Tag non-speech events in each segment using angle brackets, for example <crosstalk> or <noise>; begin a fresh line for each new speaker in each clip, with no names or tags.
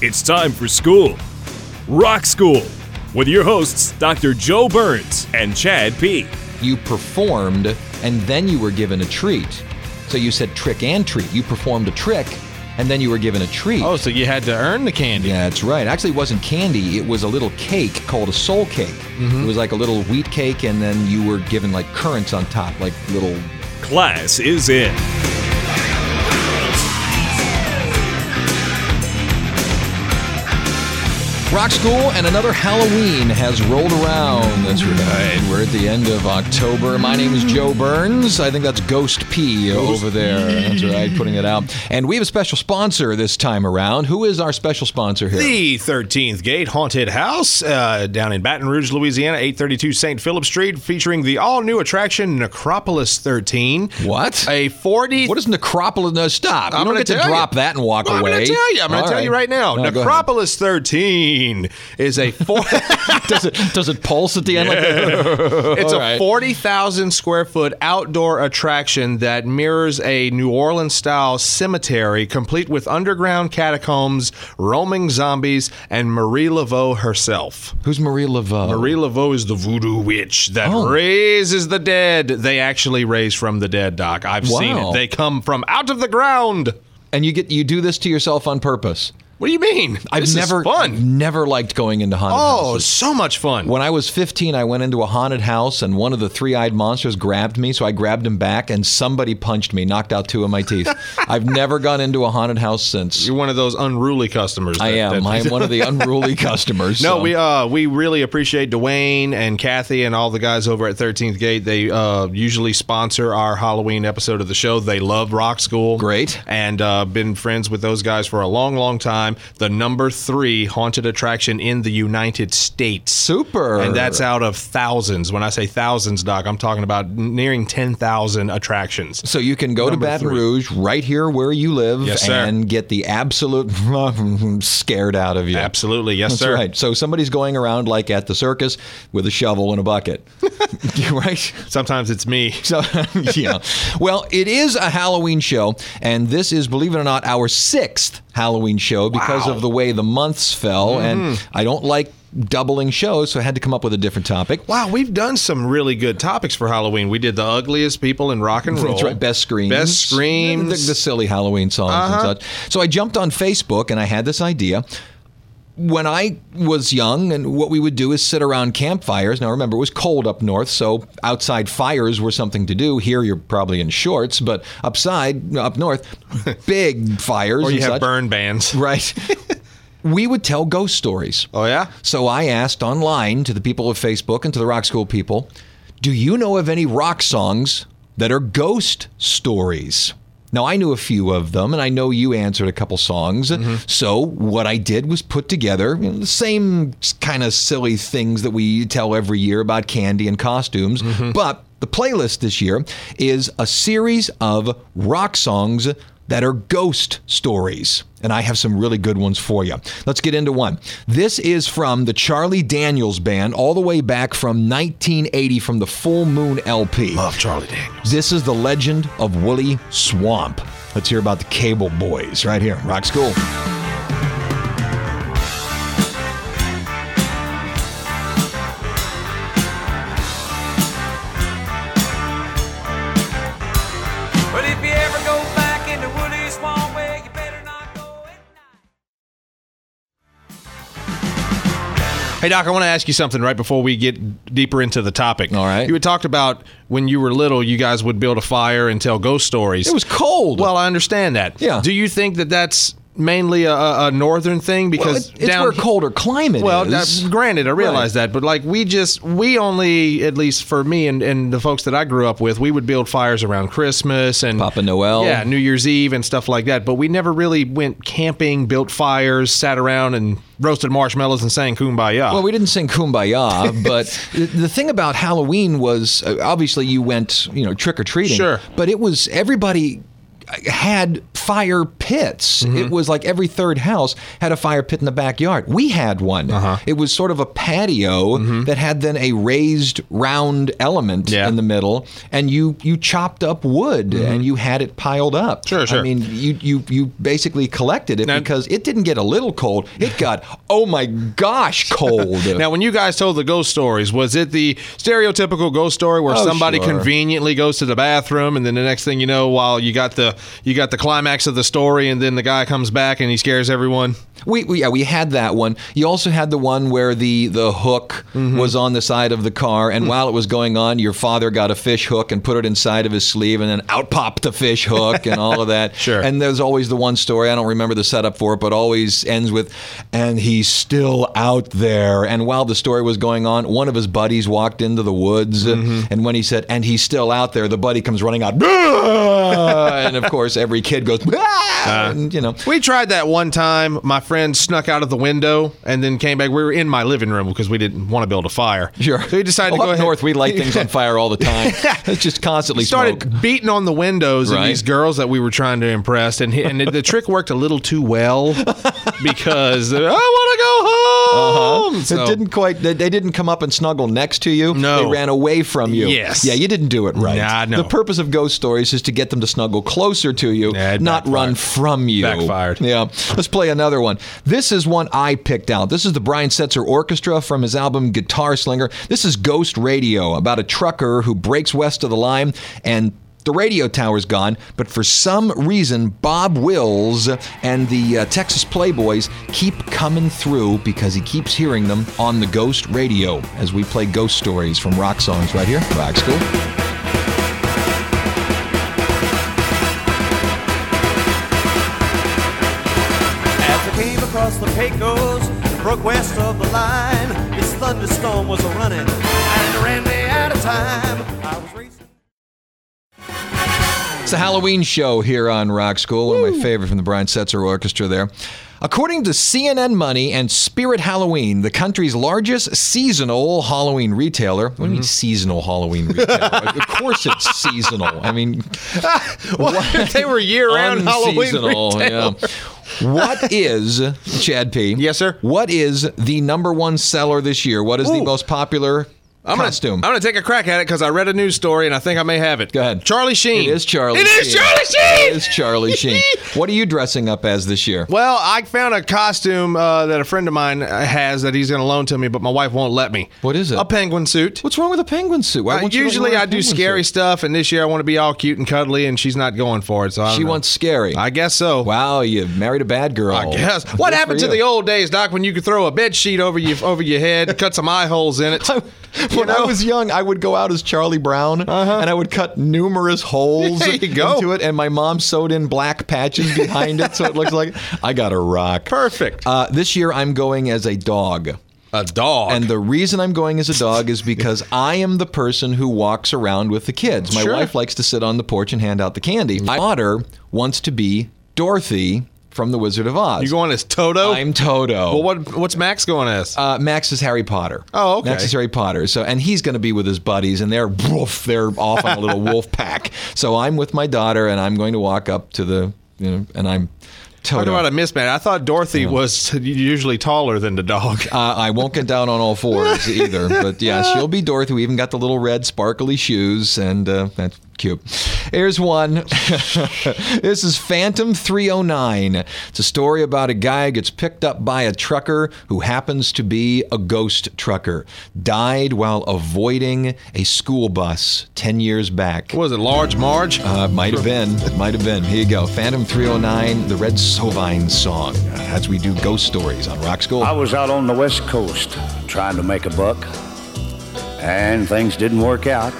It's time for school. Rock School with your hosts, Dr. Joe Burns and Chad P.
you performed and then you were given a treat. So you said trick and treat. You performed a trick and then you were given a treat.
Oh, so you had to earn the candy.
Yeah, that's right. Actually, it wasn't candy. It was a little cake called a soul cake.
Mm-hmm.
It was like a little wheat cake, and then you were given like currants on top, like little.
Class is in.
Rock School and another Halloween has rolled around. That's right. We're at the end of October. My name is Joe Burns. I think that's Ghost P over there. That's right, putting it out. And we have a special sponsor this time around. Who is our special sponsor here?
The 13th Gate Haunted House uh, down in Baton Rouge, Louisiana, 832 St. Philip Street, featuring the all new attraction Necropolis 13.
What?
A 40.
What is Necropolis? No, stop. You
I'm
don't
gonna
get to
tell you.
drop that and walk
Well,
away.
I'm going to tell you. I'm going
All
to tell you right
No,
now.
go ahead.
Necropolis 13 is a four.
<laughs> does it does it pulse at the end? Like
It's
All
a
right.
40,000 square foot outdoor attraction that mirrors a New Orleans style cemetery, complete with underground catacombs, roaming zombies, and Marie Laveau herself.
Who's Marie Laveau?
Marie Laveau is the voodoo witch that
Oh.
raises the dead. They actually raise from the dead, Doc. I've seen
Wow.
it. They come from out of the ground.
and you get you do this to yourself on purpose.
What do you mean?
I've
This is
never I've
fun.
never liked going into haunted
Oh,
houses.
so much fun.
When I was 15, I went into a haunted house and one of the three-eyed monsters grabbed me, so I grabbed him back and somebody punched me, knocked out two of my
<laughs>
teeth. I've never gone into a haunted house since.
You're one of those unruly customers.
I
that-
am.
that-
I am one of the
<laughs>
unruly customers.
No,
so.
we uh we really appreciate Dwayne and Kathy and all the guys over at Thirteenth Gate. They uh usually sponsor our Halloween episode of the show. They love Rock School.
Great.
And uh been friends with those guys for a long, long time. The number three haunted attraction in the United States.
Super.
And that's out of thousands. When I say thousands, Doc, I'm talking about nearing ten thousand attractions.
So you can go
Number
to Baton
three.
Rouge, right here where you live,
Yes, sir.
and get the absolute <laughs> scared out of you.
Absolutely, yes,
That's
sir.
right. So somebody's going around like at the circus with a shovel and a
<laughs>
bucket, <laughs> right?
Sometimes it's me.
<laughs> So yeah. Well, it is a Halloween show, and this is, believe it or not, our sixth Halloween show because of the way the months fell, and I don't like doubling shows, so I had to come up with a different topic.
Wow, we've done some really good topics for Halloween. We did the ugliest people in rock and roll.
That's right. Best screams.
Best
The, the
screams. Uh-huh.
silly Halloween songs and such. So I jumped on Facebook and I had this idea. When I was young, and what we would do is sit around campfires. Now, remember, it was cold up north, so outside fires were something to do. Here, you're probably in shorts, but upside, up
<laughs>
north, big fires.
or you
and
have
such.
burn bands. <laughs>
Right. we would tell ghost stories.
Oh yeah.
So I asked online to the people of Facebook and to the rock school people, do you know of any rock songs that are ghost stories? Now I knew a few of them, and I know you answered a couple songs. So what I did was put together you know, the same kind of silly things that we tell every year about candy and costumes, but the playlist this year is a series of rock songs that are ghost stories. And I have some really good ones for you. Let's get into one. This is from the Charlie Daniels Band, all the way back from 1980 from the Full Moon LP.
Love Charlie Daniels.
This is the legend of Woolly Swamp. Let's hear about the Cable Boys right here, Rock School.
Well, if you ever go back into Woody Swamp Way, you better not go at night.
Hey, Doc, I want to ask you something right before we get deeper into the topic.
All right.
You had talked about when you were little, you guys would build a fire and tell ghost stories.
It was cold.
Well, I understand that.
Yeah.
Do you think that that's mainly a, a a northern thing?
Well,
Because
it- it's
down
where
he-
colder climate
Well,
is.
that, granted, I realize that, but like we just we only, at least for me and, and the folks that I grew up with, we would build fires around Christmas and
Papa Noel.
yeah, New Year's Eve and stuff like that. But we never really went camping, built fires, sat around and roasted marshmallows and sang "Kumbaya."
Well, we didn't sing "Kumbaya,"
<laughs>
but the- the thing about Halloween was uh, obviously you went, you know, trick or treating.
Sure.
But it was everybody uh, had fire pits.
Mm-hmm.
It was like every third house had a fire pit in the backyard. We had one.
Uh-huh.
It was sort of a patio that had then a raised round element
Mm-hmm. Yeah. Mm-hmm.
in the middle, and you you chopped up wood and you had it piled up.
Sure,
I
sure.
mean, you you you basically collected it
Now-
because it didn't get a little cold. It got oh my gosh cold.
Now, when you guys told the ghost stories, was it the stereotypical ghost story where
Oh,
somebody
sure.
conveniently goes to the bathroom, and then the next thing you know, while you got the you got the climax of the story, and then the guy comes back and he scares everyone?
We, we yeah we had that one. You also had the one where the the hook was on the side of the car, and while it was going on, your father got a fish hook and put it inside of his sleeve, and then out popped the fish hook and all of that.
Sure.
And there's always the one story I don't remember the setup for it, but always ends with, "And he's still out there." And while the story was going on, one of his buddies walked into the woods, and when he said, "And he's still out there," the buddy comes running out, <laughs> "Ah!" and of course every kid goes, <laughs> "Ah!" and, you know.
We tried that one time. My friend snuck out of the window and then came back. We were in my living room because we didn't want to build a fire.
Sure.
So he decided
Well,
to go
up
ahead.
north. We light things
<laughs>
on fire all the time. It's just constantly
started
smoke.
beating on the windows of
Right.
these girls that we were trying to impress, and he- and the trick worked a little too well
<laughs>
because I want to go home. So-
Uh-huh. it didn't quite. They, they didn't come up and snuggle next to you.
No.
they ran away from you.
Yes.
yeah, you didn't do it right.
Nah, no.
The purpose of ghost stories is to get them to snuggle closer to you,
Yeah, it
not
backfired.
run from you.
Backfired.
Yeah. Let's play another one. This is one I picked out. This is the Brian Setzer Orchestra from his album Guitar Slinger. This is Ghost Radio about a trucker who breaks west of the line and the radio tower's gone, but for some reason, Bob Wills and the uh, Texas Playboys keep coming through because he keeps hearing them on the Ghost Radio as we play ghost stories from rock songs right here, Rock School.
As I came across the Pecos, broke west of the line, this thunderstorm was a running, and ran me out of time. I was racing.
It's the Halloween show here on Rock School, one of my favorite from the Brian Setzer Orchestra there. According to CNN Money and Spirit Halloween, the country's largest seasonal Halloween retailer. What do you
Mm-hmm.
mean seasonal Halloween
<laughs>
retailer? of course it's seasonal. I mean,
What if <laughs> they were year-round
<laughs>
Halloween
Unseasonal, yeah. What is, Chad P?
Yes, sir?
What is the number one seller this year? What is the
Ooh.
most popular
I'm gonna,
costume?
<laughs> I'm gonna take a crack at it because I read a news story and I think I may have it.
Go ahead.
Charlie Sheen.
It is Charlie
It is
Sheen.
Charlie Sheen.
It is Charlie
<laughs>
Sheen. What are you dressing up as this year?
Well, I found a costume uh, that a friend of mine uh, has that he's going to loan to me, but my wife won't let me.
What is it?
A penguin suit.
What's wrong with a penguin suit? Why
Uh,
won't you
usually
wear a
I do
penguin
scary
suit?
stuff, and this year I want to be all cute and cuddly, and she's not going for it. So I don't
She
know.
wants scary.
I guess so.
Oh, Wow, you married a bad girl.
I guess.
Good
What
for
happened to
you. <laughs>
the old days, Doc, when you could throw a bed sheet over your over your head, <laughs> cut some eye holes in
<laughs>
it? You
When I
know?
was young, I would go out as Charlie Brown, and I would cut numerous holes
Uh-huh. <laughs> There you go.
into it, and my mom sewed in black patches behind it, so it looks like I got a rock.
Perfect.
Uh, this year, I'm going as a dog.
a dog.
And the reason I'm going as a dog is because I am the person who walks around with the kids. My
Sure.
wife likes to sit on the porch and hand out the candy. My daughter wants to be Dorothy from The Wizard of Oz.
you going as Toto?
I'm Toto.
well, what what's Max going as?
Uh, Max is Harry Potter.
Oh, okay.
Max is Harry Potter. So, and he's going to be with his buddies, and they're woof, they're off on a
<laughs>
little wolf pack. So I'm with my daughter, and I'm going to walk up to the, you know, and I'm
Talk
Toto.
about a mismatch. I thought Dorothy was <laughs> usually taller than the dog.
<laughs> Uh, I won't get down on all fours either, but yeah, she'll be Dorothy. We even got the little red sparkly shoes, and uh, that's cute. Here's one. <laughs> this is Phantom 309. It's a story about a guy who gets picked up by a trucker who happens to be a ghost trucker. Died while avoiding a school bus 10 years back.
What was it, Large Marge?
Uh, might have been. Might have been. Here you go. Phantom 309, the Red Sovine song. As we do ghost stories on Rock School.
I was out on the west coast trying to make a buck, and things didn't work out.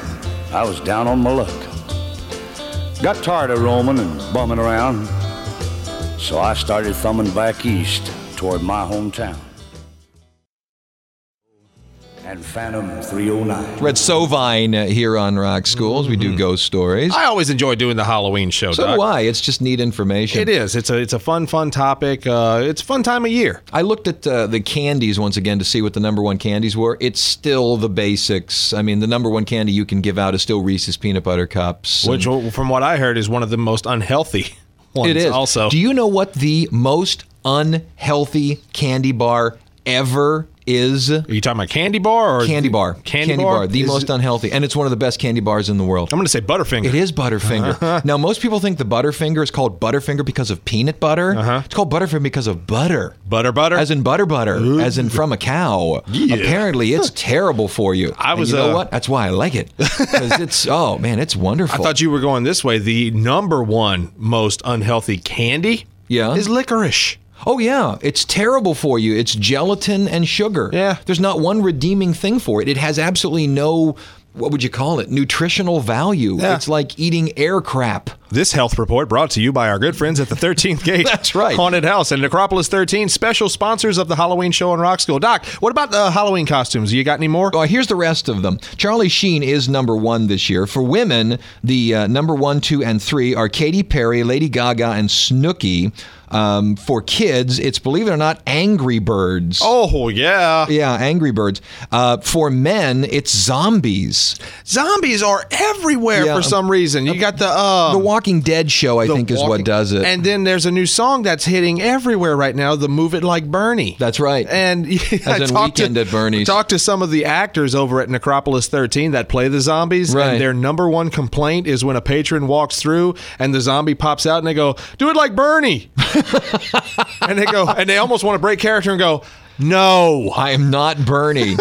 I was down on my luck. Got tired of roaming and bumming around, so I started thumbing back east toward my hometown. And Phantom 309.
Red Sovine uh, here on Rock Schools. We do ghost stories.
Mm-hmm. I always enjoy doing the Halloween show,
so
Doc.
do I. It's just neat information.
It is. It's a it's a fun fun topic. Uh, it's a fun time of year.
I looked at uh, the candies once again to see what the number one candies were. It's still the basics. I mean, the number one candy you can give out is still Reese's peanut butter cups.
Which, uh, from what I heard, is one of the most unhealthy <laughs> ones.
it is.
Also,
do you know what the most unhealthy candy bar ever is?
are you talking about candy bar or
Candy bar.
Candy, bar.
The
Is-
most unhealthy, and it's one of the best candy bars in the world.
I'm going to say Butterfinger.
It is
<laughs> Uh-huh.
Butterfinger. now, most people think the Butterfinger is called Butterfinger because of peanut butter. It's called Butterfinger because of butter.
Uh-huh. butter butter.
As in butter butter, as in from a cow. Apparently, it's terrible for you.
I
And
was,
you know
uh,
what? That's why I like it because
<laughs>
it's oh man, it's
I
wonderful.
thought you were going this way. The number one most unhealthy candy,
Yeah.
is licorice.
oh yeah, it's terrible for you. It's gelatin and sugar.
Yeah.
there's not one redeeming thing for it. It has absolutely no what would you call it nutritional value.
Yeah.
It's like eating air crap.
This health report brought to you by our good friends at
<laughs>
the 13th Gate.
That's right.
Haunted House and Necropolis 13, special sponsors of the Halloween show on Rock School. Doc, what about the Halloween costumes? You got any more?
Well, here's the rest of them. Charlie Sheen is number one this year. For women, the uh, number one, two, and three are Katy Perry, Lady Gaga, and Snooki. Um, for kids, it's believe it or not, Angry Birds.
Oh, yeah.
Yeah, Angry Birds. Uh, for men, it's zombies.
Zombies are everywhere
Yeah.
for some reason. You got the. Uh,
The Walking Dead show, I
the
think, is
walking-
what does it.
And then there's a new song that's hitting everywhere right now, the Move It Like Bernie.
That's right.
And <laughs> I
in
talked
Weekend
to,
at Bernie's.
Talked to some of the actors over at Necropolis 13 that play the zombies,
Right.
and their number one complaint is when a patron walks through and the zombie pops out, and they go, "Do it like
<laughs>
Bernie," and they go, and they almost want to break character and go, "No."
I am not
<laughs>
Bernie.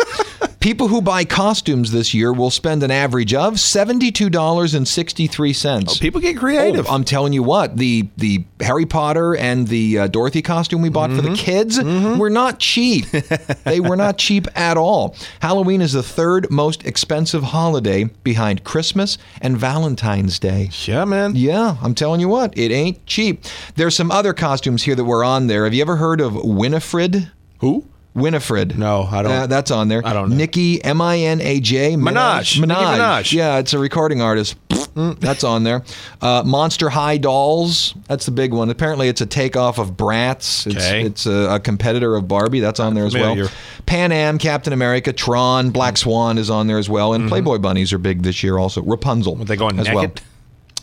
People who buy costumes this year will spend an average of seventy-two dollars and sixty-three cents.
People get creative.
Oh, I'm telling you what, the the Harry Potter and the uh, Dorothy costume we bought for the kids were not cheap. they were not cheap at all. Halloween is the third most expensive holiday behind Christmas and Valentine's Day.
yeah, man.
Yeah, I'm telling you what, it ain't cheap. There's some other costumes here that were on there. Have you ever heard of Winifred?
Who?
Winifred.
No, I don't-
Uh, that's on there.
I don't know.
Nikki M I N A J
Minaj. Nicki
Minaj.
Minaj.
Yeah, it's a recording artist. Mm, that's on there. Uh, Monster High Dolls. That's the big one. Apparently, it's a takeoff of Bratz. It's,
Okay.
it's a, a competitor of Barbie. That's on there as
Familiar.
well. Pan Am, Captain America, Tron, Black Swan is on there as well, and Playboy bunnies are big this year also. Rapunzel.
Mm-hmm. Were they going
as
naked?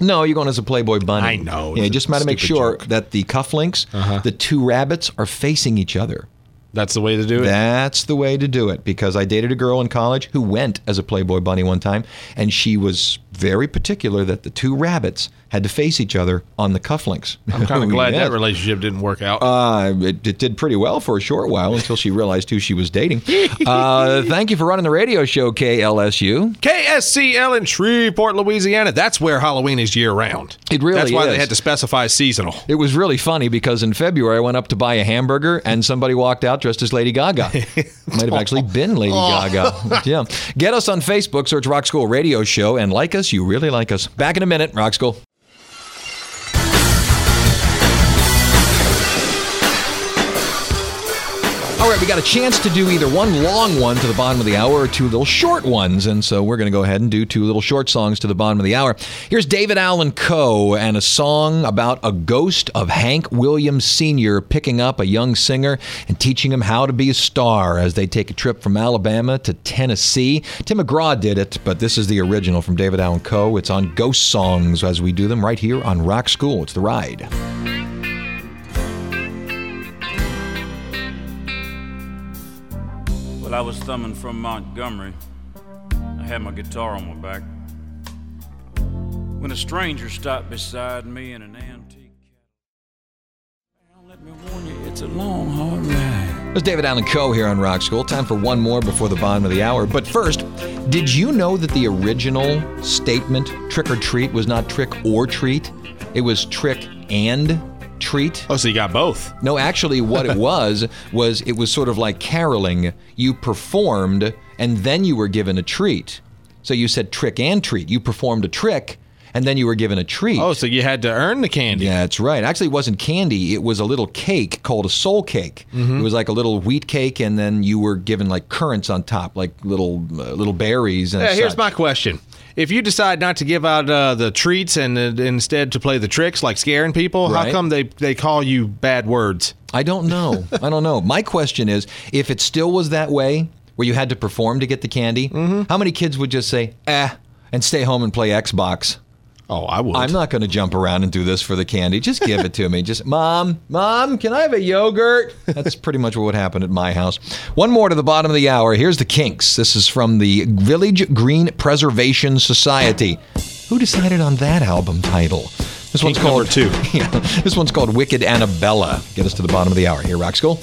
well. No, you're going as a Playboy bunny.
I know.
Yeah,
It's a
just matter to make
stupid
sure
joke. Uh-huh.
that the cufflinks, the two rabbits, are facing each other.
That's the way to do it.
That's the way to do it because I dated a girl in college who went as a Playboy bunny one time, and she was very particular that the two rabbits had to face each other on the cufflinks. Oh, <laughs>
I'm kind of glad
Yes.
that relationship didn't work out.
Uh, it, it did pretty well for a short while until she realized who she was dating. <laughs> Uh, thank you for running the radio show, KLSU.
KSCL in Shreveport, Louisiana. That's where Halloween is year round.
It really
That's why
is.
they had to specify seasonal.
It was really funny because in February I went up to buy a hamburger and somebody walked out dressed as Lady Gaga. Might have actually been Lady Gaga. Yeah. Get us on Facebook, search Rock School Radio Show, and like us. You really like us. Back in a minute, Rock School. All right, we got a chance to do either one long one to the bottom of the hour or two little short ones. And so we're going to go ahead and do two little short songs to the bottom of the hour. Here's David Allen Coe and a song about a ghost of Hank Williams Sr. picking up a young singer and teaching him how to be a star as they take a trip from Alabama to Tennessee. Tim McGraw did it, but this is the original from David Allen Coe. It's on Ghost Songs as we do them right here on Rock School. It's the ride.
Well, I was thumbing from Montgomery. I had my guitar on my back. when a stranger stopped beside me in an antique. Now, Let me warn you, it's a long, hard ride.
It's David Allen Coe here on Rock School. Time for one more before the bottom of the hour. But first, did you know that the original statement, trick or treat, was not trick or treat? It was trick and treat?
Oh, so you got both.
No, actually, what it was was it was sort of like caroling. You performed, and then you were given a treat. So you said trick and treat. You performed a trick, and then you were given a treat.
Oh, so you had to earn the candy.
Yeah, that's right. Actually, it wasn't candy. It was a little cake called a soul cake.
Mm-hmm.
It was like a little wheat cake, and then you were given like currants on top, like little uh, little berries. And
Yeah, here's
such.
my question. If you decide not to give out uh, the treats and uh, instead to play the tricks like scaring people, how
Right.
come they, they call you bad words?
I don't
<laughs>
know. I don't know. My question is, if it still was that way, where you had to perform to get the candy,
Mm-hmm.
how many kids would just say eh and stay home and play Xbox?
Oh, I would.
I'm not going to jump around and do this for the candy. Just give it to me. Just, <laughs> mom, mom, can I have a yogurt? That's pretty much what would happen at my house. One more to the bottom of the hour. Here's the Kinks. This is from the Village Green Preservation Society. Who decided on that album title? This one's
Kink
called
number two.
<laughs> Yeah, this one's called Wicked Annabella. Get us to the bottom of the hour here, Rock School.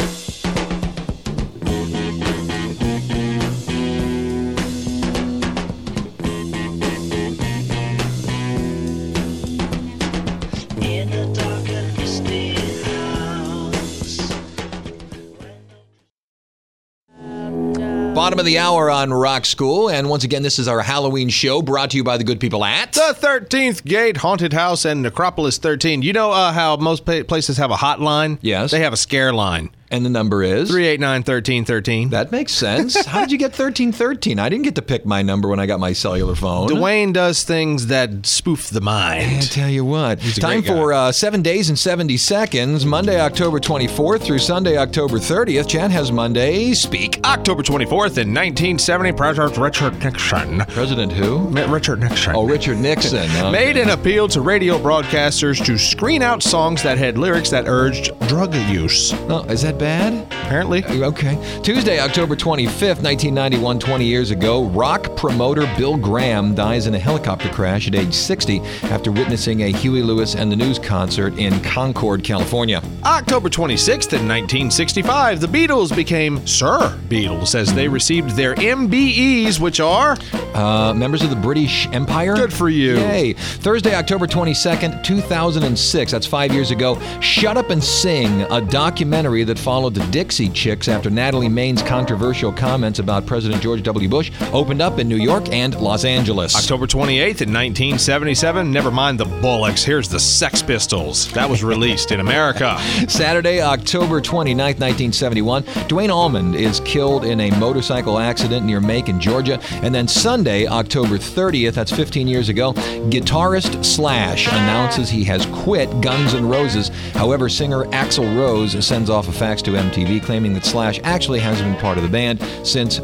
Bottom of the hour on Rock School, and once again, this is our Halloween show brought to you by the good people at.
The 13th Gate Haunted House and Necropolis 13. You know uh, how most pa- places have a hotline?
Yes.
They have a scare line
And the number is
389 1313.
That makes sense.
<laughs>
How did you get 1313? I didn't get to pick my number when I got my cellular phone.
Dwayne does things that spoof
I
the mind.
tell you what.
a
Time
great guy.
for uh, seven days and 70 seconds, Monday, October 24th through Sunday, October 30th. Chad has Monday Speak Up.
October 24th in 1970, President Richard Nixon.
President who?
Ma- Richard Nixon.
Oh, Richard
<laughs>
Nixon. Okay.
Made an appeal to radio broadcasters to screen out songs that had lyrics that urged drug use.
Oh, is that bad?
Apparently,
Okay. Tuesday, October 25th, 1991, 20 years ago, rock promoter Bill Graham dies in a helicopter crash at age 60 after witnessing a Huey Lewis and the News concert in Concord, California.
October 26th in 1965, the Beatles became Sir Beatles as they received their MBEs, which are
Uh, members of the British Empire.
Good for you.
Yay. Thursday, October 22nd, 2006. That's five years ago. Shut Up and Sing, a documentary that followed the Dixie Chicks after Natalie Maine's controversial comments about President George W. Bush opened up in New York and Los Angeles.
October 28th in 1977. Never mind the Bullocks. Here's the Sex Pistols. That was released in America.
Saturday, October 29th, 1971, Dwayne Allman is killed in a motorcycle accident near Macon, Georgia. And then Sunday, October 30th, that's 15 years ago, guitarist Slash announces he has quit Guns N' Roses. However, singer Axl Rose sends off a fax to MTV claiming that Slash actually hasn't been part of the band since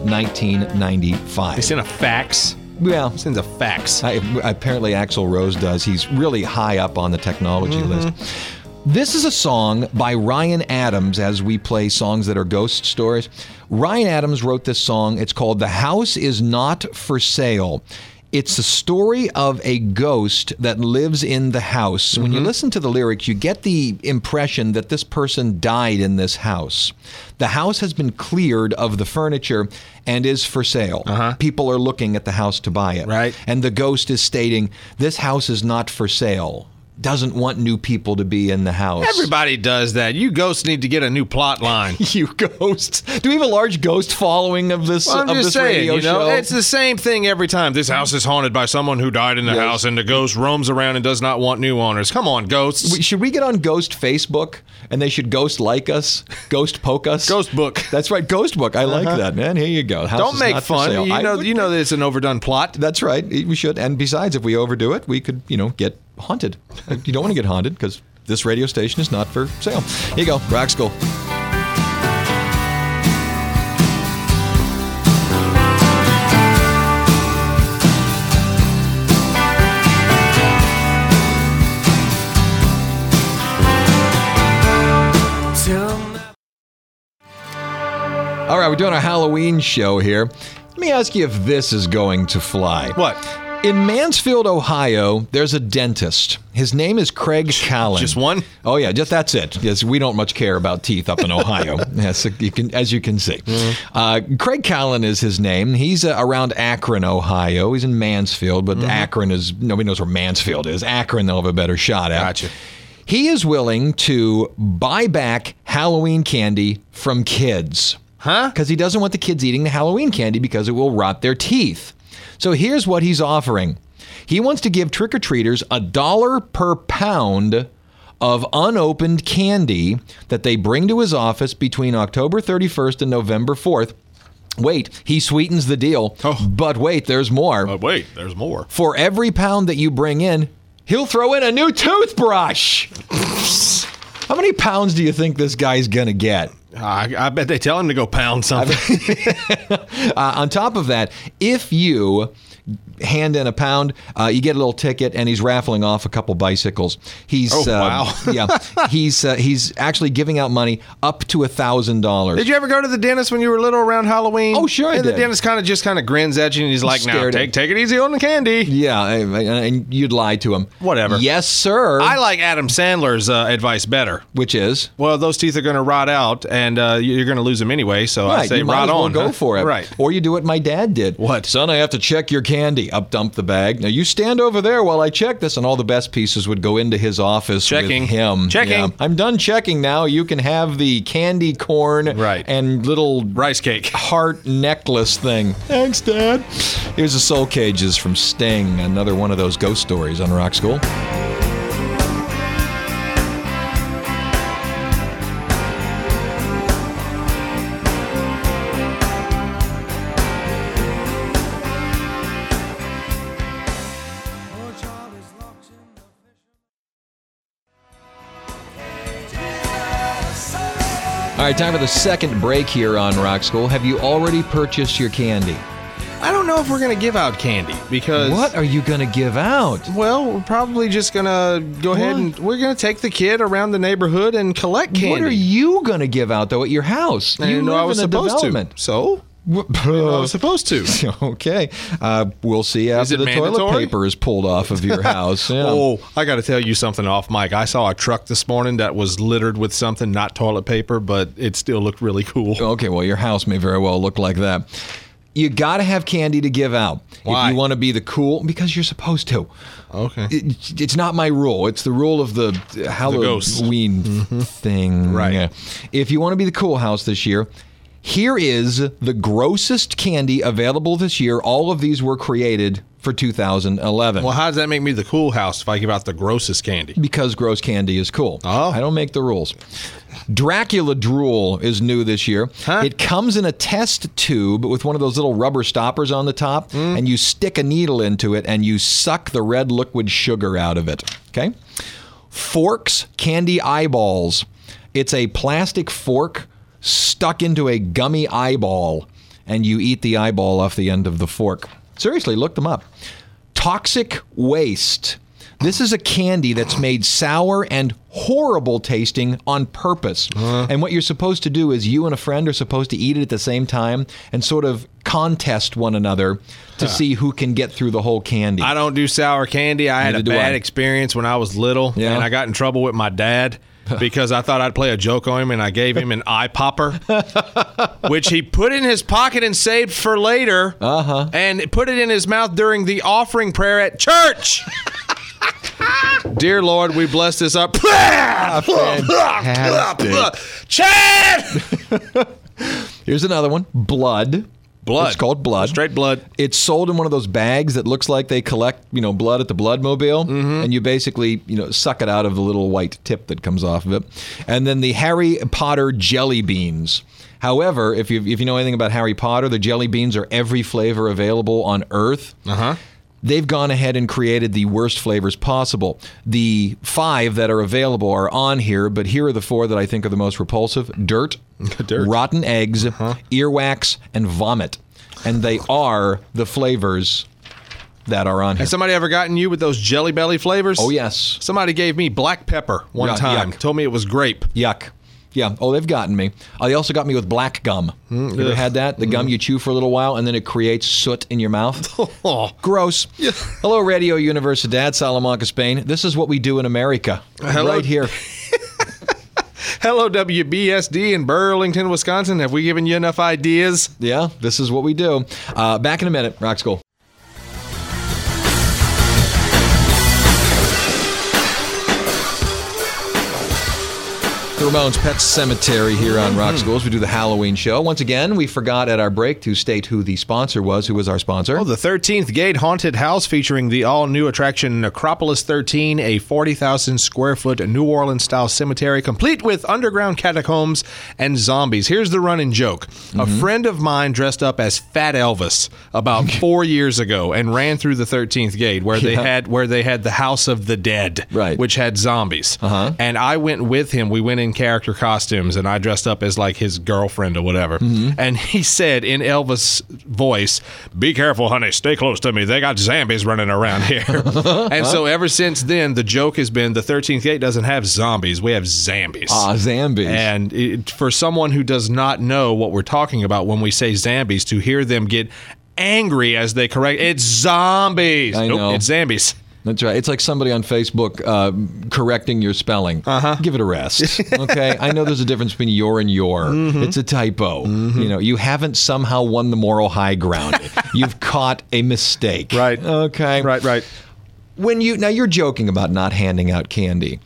They
1995.
sent a fax.
Well,
Sends a fax.
I, apparently, Axl Rose does. He's really high up on the technology list. This is a song by Ryan Adams as we play songs that are ghost stories. Ryan Adams wrote this song. It's called The House Is Not for Sale. It's the story of a ghost that lives in the house. When you listen to the lyrics, you get the impression that this person died in this house. The house has been cleared of the furniture and is for sale. People are looking at the house to buy it.
Right.
And the ghost is stating, This house is not for sale. Doesn't want new people to be in the house.
Everybody <laughs> does that. You ghosts need to get a new plot
<laughs>
line.
You ghosts. Do we have a large ghost following of this,
Well, I'm
of
just
this
saying,
radio
you know,
show?
it's the same thing every time. This house is haunted by someone who died in the house, and the ghost roams around and does not want new owners. Come on, ghosts.
We- should we get on Ghost Facebook and they should ghost like us, ghost poke us?
Ghost
<laughs>
book. Uh-huh.
That's right, Ghost Book. I like that, man. Here you go. House
Don't
is
make
not for
fun.
sale.
You
I
know,
would-
you know that it's an overdone plot.
That's right. We should. And besides, if we overdo it, we could, you know, get haunted. you don't want to get haunted because this radio station is not for sale. Here you go, Rock School. All right, we're doing our Halloween show here. Let me ask you if this is going to fly.
What?
In Mansfield, Ohio, there's a dentist. His name is Craig Callen.
just one?
Oh yeah, just that's it. Yes, we don't much care about teeth up in
<laughs>
Ohio. yes, you can, as you can see.
Mm-hmm.
Uh, Craig Callen is his name. He's uh, around Akron, Ohio. He's in Mansfield,
Mm-hmm.
but Akron is nobody knows where Mansfield is. Akron, they'll have a better shot at.
Gotcha.
He is willing to buy back Halloween candy from kids.
Huh?
Because he doesn't want the kids eating the Halloween candy because it will rot their teeth. So here's what he's offering he wants to give trick or treaters a dollar per pound of unopened candy that they bring to his office between October 31st and November 4th. Wait, he sweetens the deal. But wait, there's more.
But wait, there's more.
For every pound that you bring in, he'll throw in a new toothbrush. How many pounds do you think this guy's going to get?
I, I bet they tell him to go pound something.
Uh, on top of that, if you hand in a pound, uh, you get a little ticket, and he's raffling off a couple bicycles. He's
Oh,
uh, <laughs> yeah, he's uh, he's actually giving out money up to a thousand dollars.
Did you ever go to the dentist when you were little around Halloween?
Oh, sure I
And the
did.
dentist kind of just kind of grins at you and he's like, "Now
stared at-
take take it easy on the candy."
Yeah, I- I- and you'd lie to him.
Whatever.
Yes, sir.
I like Adam Sandler's uh, advice better.
Which is
Well, those teeth are going to rot out, and uh, you- you're going to lose them anyway. So I
right.
say,
you might
rot
as well
on.
go
huh?
for it.
Right.
Or you do what my dad did.
What?
Son, I have to check your candy. Up dump the bag. Now you stand over there while I check this, and all the best pieces would go into his office
Checking.
with him.
Checking.
I'm done checking now. You can have the candy corn
Right.
and little
Rice cake.
heart necklace thing. Thanks, Dad. Here's the Soul Cages from Sting, another one of those ghost stories on Rock School. All right, time for the second break here on Rock School. Have you already purchased your candy?
I don't know if we're going to give out candy because
What are you going to give out?
Well, we're probably just going to go ahead
What?
and we're going to take the kid around the neighborhood and collect candy.
What are you going to give out though at your house?
I
you
didn't know
live
I was
in a
supposed to.
development.
So
<laughs>
I was supposed <laughs> to.
okay, uh, we'll see after
it
the toilet
mandatory?
paper is pulled off of <laughs> your house. Yeah.
Oh, I got to tell you something off mic. I saw a truck this morning that was littered with something, not toilet paper, but it still looked really cool.
Okay, well, your house may very well look like that. You got to have candy to give out
Why?
if you want to be the cool because you're supposed to. Oh,
Okay.
It, it's not my rule. It's the rule of the uh,
ghost.
Halloween thing.
Mm-hmm. Right.
Yeah. If you want to be the cool house this year, here is the grossest candy available this year. All of these were created for 2011
Well, how does that make me the cool house if I give out the grossest candy?
because gross candy is cool.
Oh.
I don't make the rules. Dracula drool is new this year.
Huh?
It comes in a test tube with one of those little rubber stoppers on the top,
Mm.
and you stick a needle into it and you suck the red liquid sugar out of it. Okay? Forks candy eyeballs. It's a plastic fork stuck into a gummy eyeball, and you eat the eyeball off the end of the fork. Seriously, look them up. Toxic waste. This is a candy that's made sour and horrible tasting on purpose. And what you're supposed to do is you and a friend are supposed to eat it at the same time and sort of contest one another to see who can get through the whole candy.
I don't do sour candy. I had
Neither
a
do
bad
I.
experience when I was little,
Yeah?
and I got in trouble with
<laughs>
my dad because I thought I'd play a joke on him, and I gave him an eye popper, which he put in his pocket and saved for later, uh-huh. and put it in his mouth during the offering prayer
<laughs>
at church. Dear Lord, we bless this up. <laughs>
Ah,
Chad!
Here's another one blood.
Blood.
It's called blood.
Straight blood.
It's sold in one of those bags that looks like they collect, you know, blood at the blood mobile,
Mm-hmm.
and you basically, you know, suck it out of the little white tip that comes off of it. And then the Harry Potter jelly beans. However, if you if you know anything about Harry Potter, the jelly beans are every flavor available on Earth. Uh
Uh-huh.
huh. They've gone ahead and created the worst flavors possible. The five that are available are on here, but here are the four that I think are the most repulsive
<laughs>
dirt,
Dirt. Uh-huh.
rotten eggs, earwax, and vomit. And they are the flavors that are on here.
Has somebody ever gotten you with those Jelly Belly flavors?
Oh, yes.
Somebody gave me black pepper one
Yuck,
time.
yuck.
Told me it was grape.
Yuck. Yeah. Oh, they've gotten me. Oh, they also got me with black gum.
Hmm,
You ever had that? The gum you chew for a little while and then it creates soot in your
<laughs>
mouth. Gross. Hello, Radio Universidad Salamanca, Spain. This is what we do in America.
Hello.
Right
<laughs>
here.
Hello, WBSD in Burlington, Wisconsin. Have we given you enough ideas?
Yeah, this is what we do. Uh, back in a minute. Rock School. The Ramones Pet Cemetery here on
Mm-hmm.
Rock Schools. We do the Halloween show. Once again, we forgot at our break to state who the sponsor was. Who was our sponsor?
Oh, the 13th Gate Haunted House featuring the all new attraction Necropolis 13, a 40,000 square foot New Orleans style cemetery complete with underground catacombs and zombies. Here's the running joke A friend of mine dressed up as Fat Elvis <laughs> about four years ago and ran through the 13th Gate where they had where they had the House of the Dead,
Right.
which had zombies.
Uh-huh.
And I went with him. We went in character costumes, and I dressed up as like his girlfriend or whatever.
Mm-hmm.
And he <laughs> said in Elvis' voice, "Be careful, honey. Stay close to me. They got zombies running
<laughs>
around here."
Uh-huh.
and so ever since then, the joke has been the 13th Gate doesn't have zombies. We have zombies.
ah, Zambies.
And it, for someone who does not know what we're talking about when we say zombies, to hear them get angry as they correct, it's zombies.
I
nope,
know.
it's zombies.
That's right. It's like somebody on Facebook uh, correcting your spelling. Uh-huh. Give it a
<laughs>
rest. Okay. I know there's a difference between your and your.
Mm-hmm.
It's a typo. You know, you haven't somehow won the moral high
<laughs>
ground. You've caught a mistake.
Right.
Okay.
Right, right.
When you now you're joking about not handing out candy.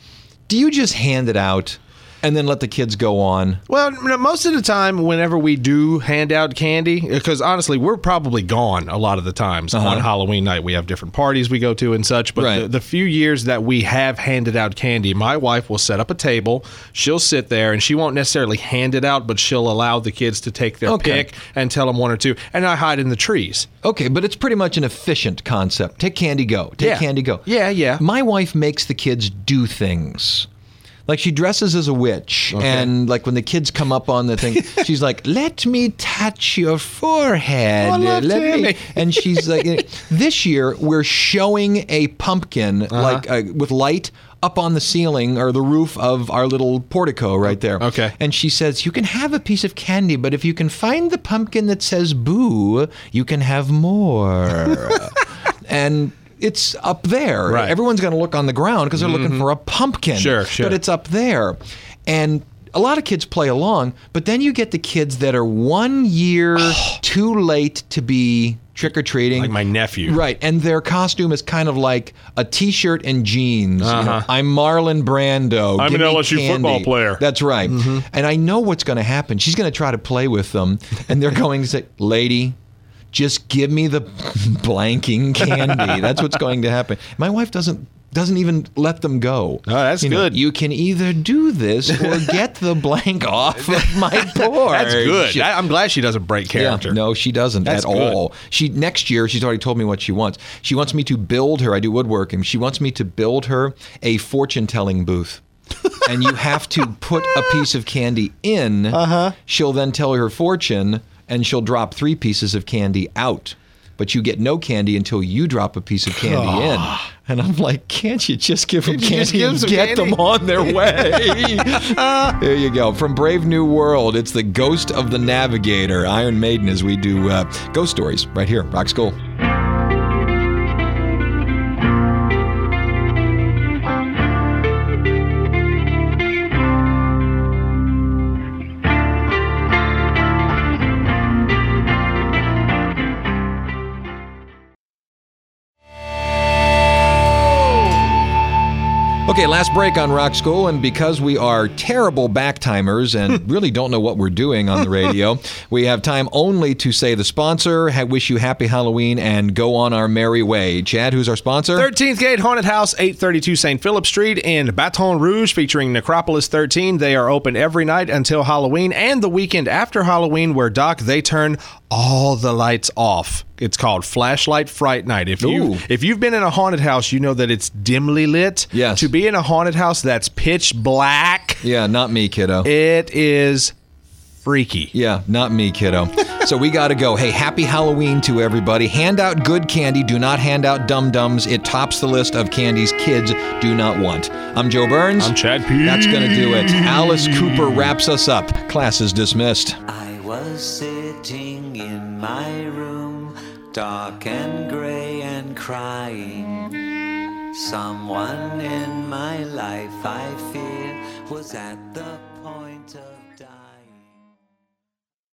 Do you just hand it out and then let the kids go on?
Well, no, most of the time, whenever we do hand out candy, because honestly, we're probably gone a lot of the times on Halloween night. We have different parties we go to and such. But
Uh-huh. Right.
the, the few years that we have handed out candy, my wife will set up a table. She'll sit there and she won't necessarily hand it out, but she'll allow the kids to take their
Okay.
pick and tell them one or two. And I hide in the trees.
Okay, but it's pretty much an efficient concept. Take candy, go. Take
Yeah.
candy, go.
Yeah, yeah.
My wife makes the kids do things. Like she dresses as a witch, and like when the kids come up on the
<laughs>
thing, she's like, "Let me touch your forehead."
Oh, look,
Let me.
Tammy.
<laughs> And she's like, "This year we're showing a pumpkin
Uh-huh.
like uh, with light." Up on the ceiling or the roof of our little portico right there.
Okay.
And she says, You can have a piece of candy, but if you can find the pumpkin that says boo, you can have
<laughs>
more. and it's up there.
Right. Mm-hmm.
Everyone's going to look on the ground because they're looking for a pumpkin.
Sure, sure.
But it's up there. And a lot of kids play along, but then you get the kids that are one year too late to be trick or treating.
Oh. Like my nephew.
Right, and their costume is kind of like a T-shirt and jeans. you know,
Uh-huh.
I'm Marlon Brando.
I'm
Give
an
me
LSU
candy."
football player.
That's right.
Mm-hmm.
And I know what's going to happen. She's going to try to play with them, and they're going to say, "Lady." Just give me the blanking
<laughs>
candy. That's what's going to happen. My wife doesn't doesn't even let them go.
Oh, that's
You know,
good.
you can either do this or get the blank off of my board.
<laughs> That's good. I, am glad she doesn't break character.
Yeah, no, she doesn't
That's
at
good.
all. She next year she's already told me what she wants. She wants me to build her. I do woodworking. She wants me to build her a fortune telling
<laughs>
booth. and you have to put a piece of candy in. Uh-huh. She'll then tell her fortune and she'll drop three pieces of candy out. But you get no candy until you drop a piece of candy in. And I'm like, can't you just give them
Ah. Can't you
candy
just give
and
some
get
candy?"
them on
<laughs>
their way? <laughs> There you go. From Brave New World, it's the Ghost of the Navigator, Iron Maiden, as we do uh, ghost stories right here, Rock School. Okay, last break on Rock School, and because we are terrible back timers
<laughs>
and really don't know what we're doing on the radio, we have time only to say the sponsor, ha- wish you happy Halloween, and go on our merry way. Chad, who's our sponsor?
13th Gate Haunted House, 832 St. Philip Street in Baton Rouge, featuring Necropolis 13. They are open every night until Halloween and the weekend after Halloween, where Doc, they turn all the lights off. It's called Flashlight Fright Night. If you
Ooh.
if you've been in a haunted house, you know that it's dimly lit.
Yes.
To be in a haunted house that's pitch black,
Yeah, not me, kiddo.
it is freaky.
Yeah, not me, kiddo. so we got to go. Hey, happy Halloween to everybody. Hand out good candy. Do not hand out dum dums. It tops the list of candies kids do not want. I'm Joe Burns.
I'm Chad P.
That's going to do it. Alice Cooper wraps us up. Class is dismissed.
I was sitting in my room, dark and gray and crying. Someone in my life I fear was at the point of.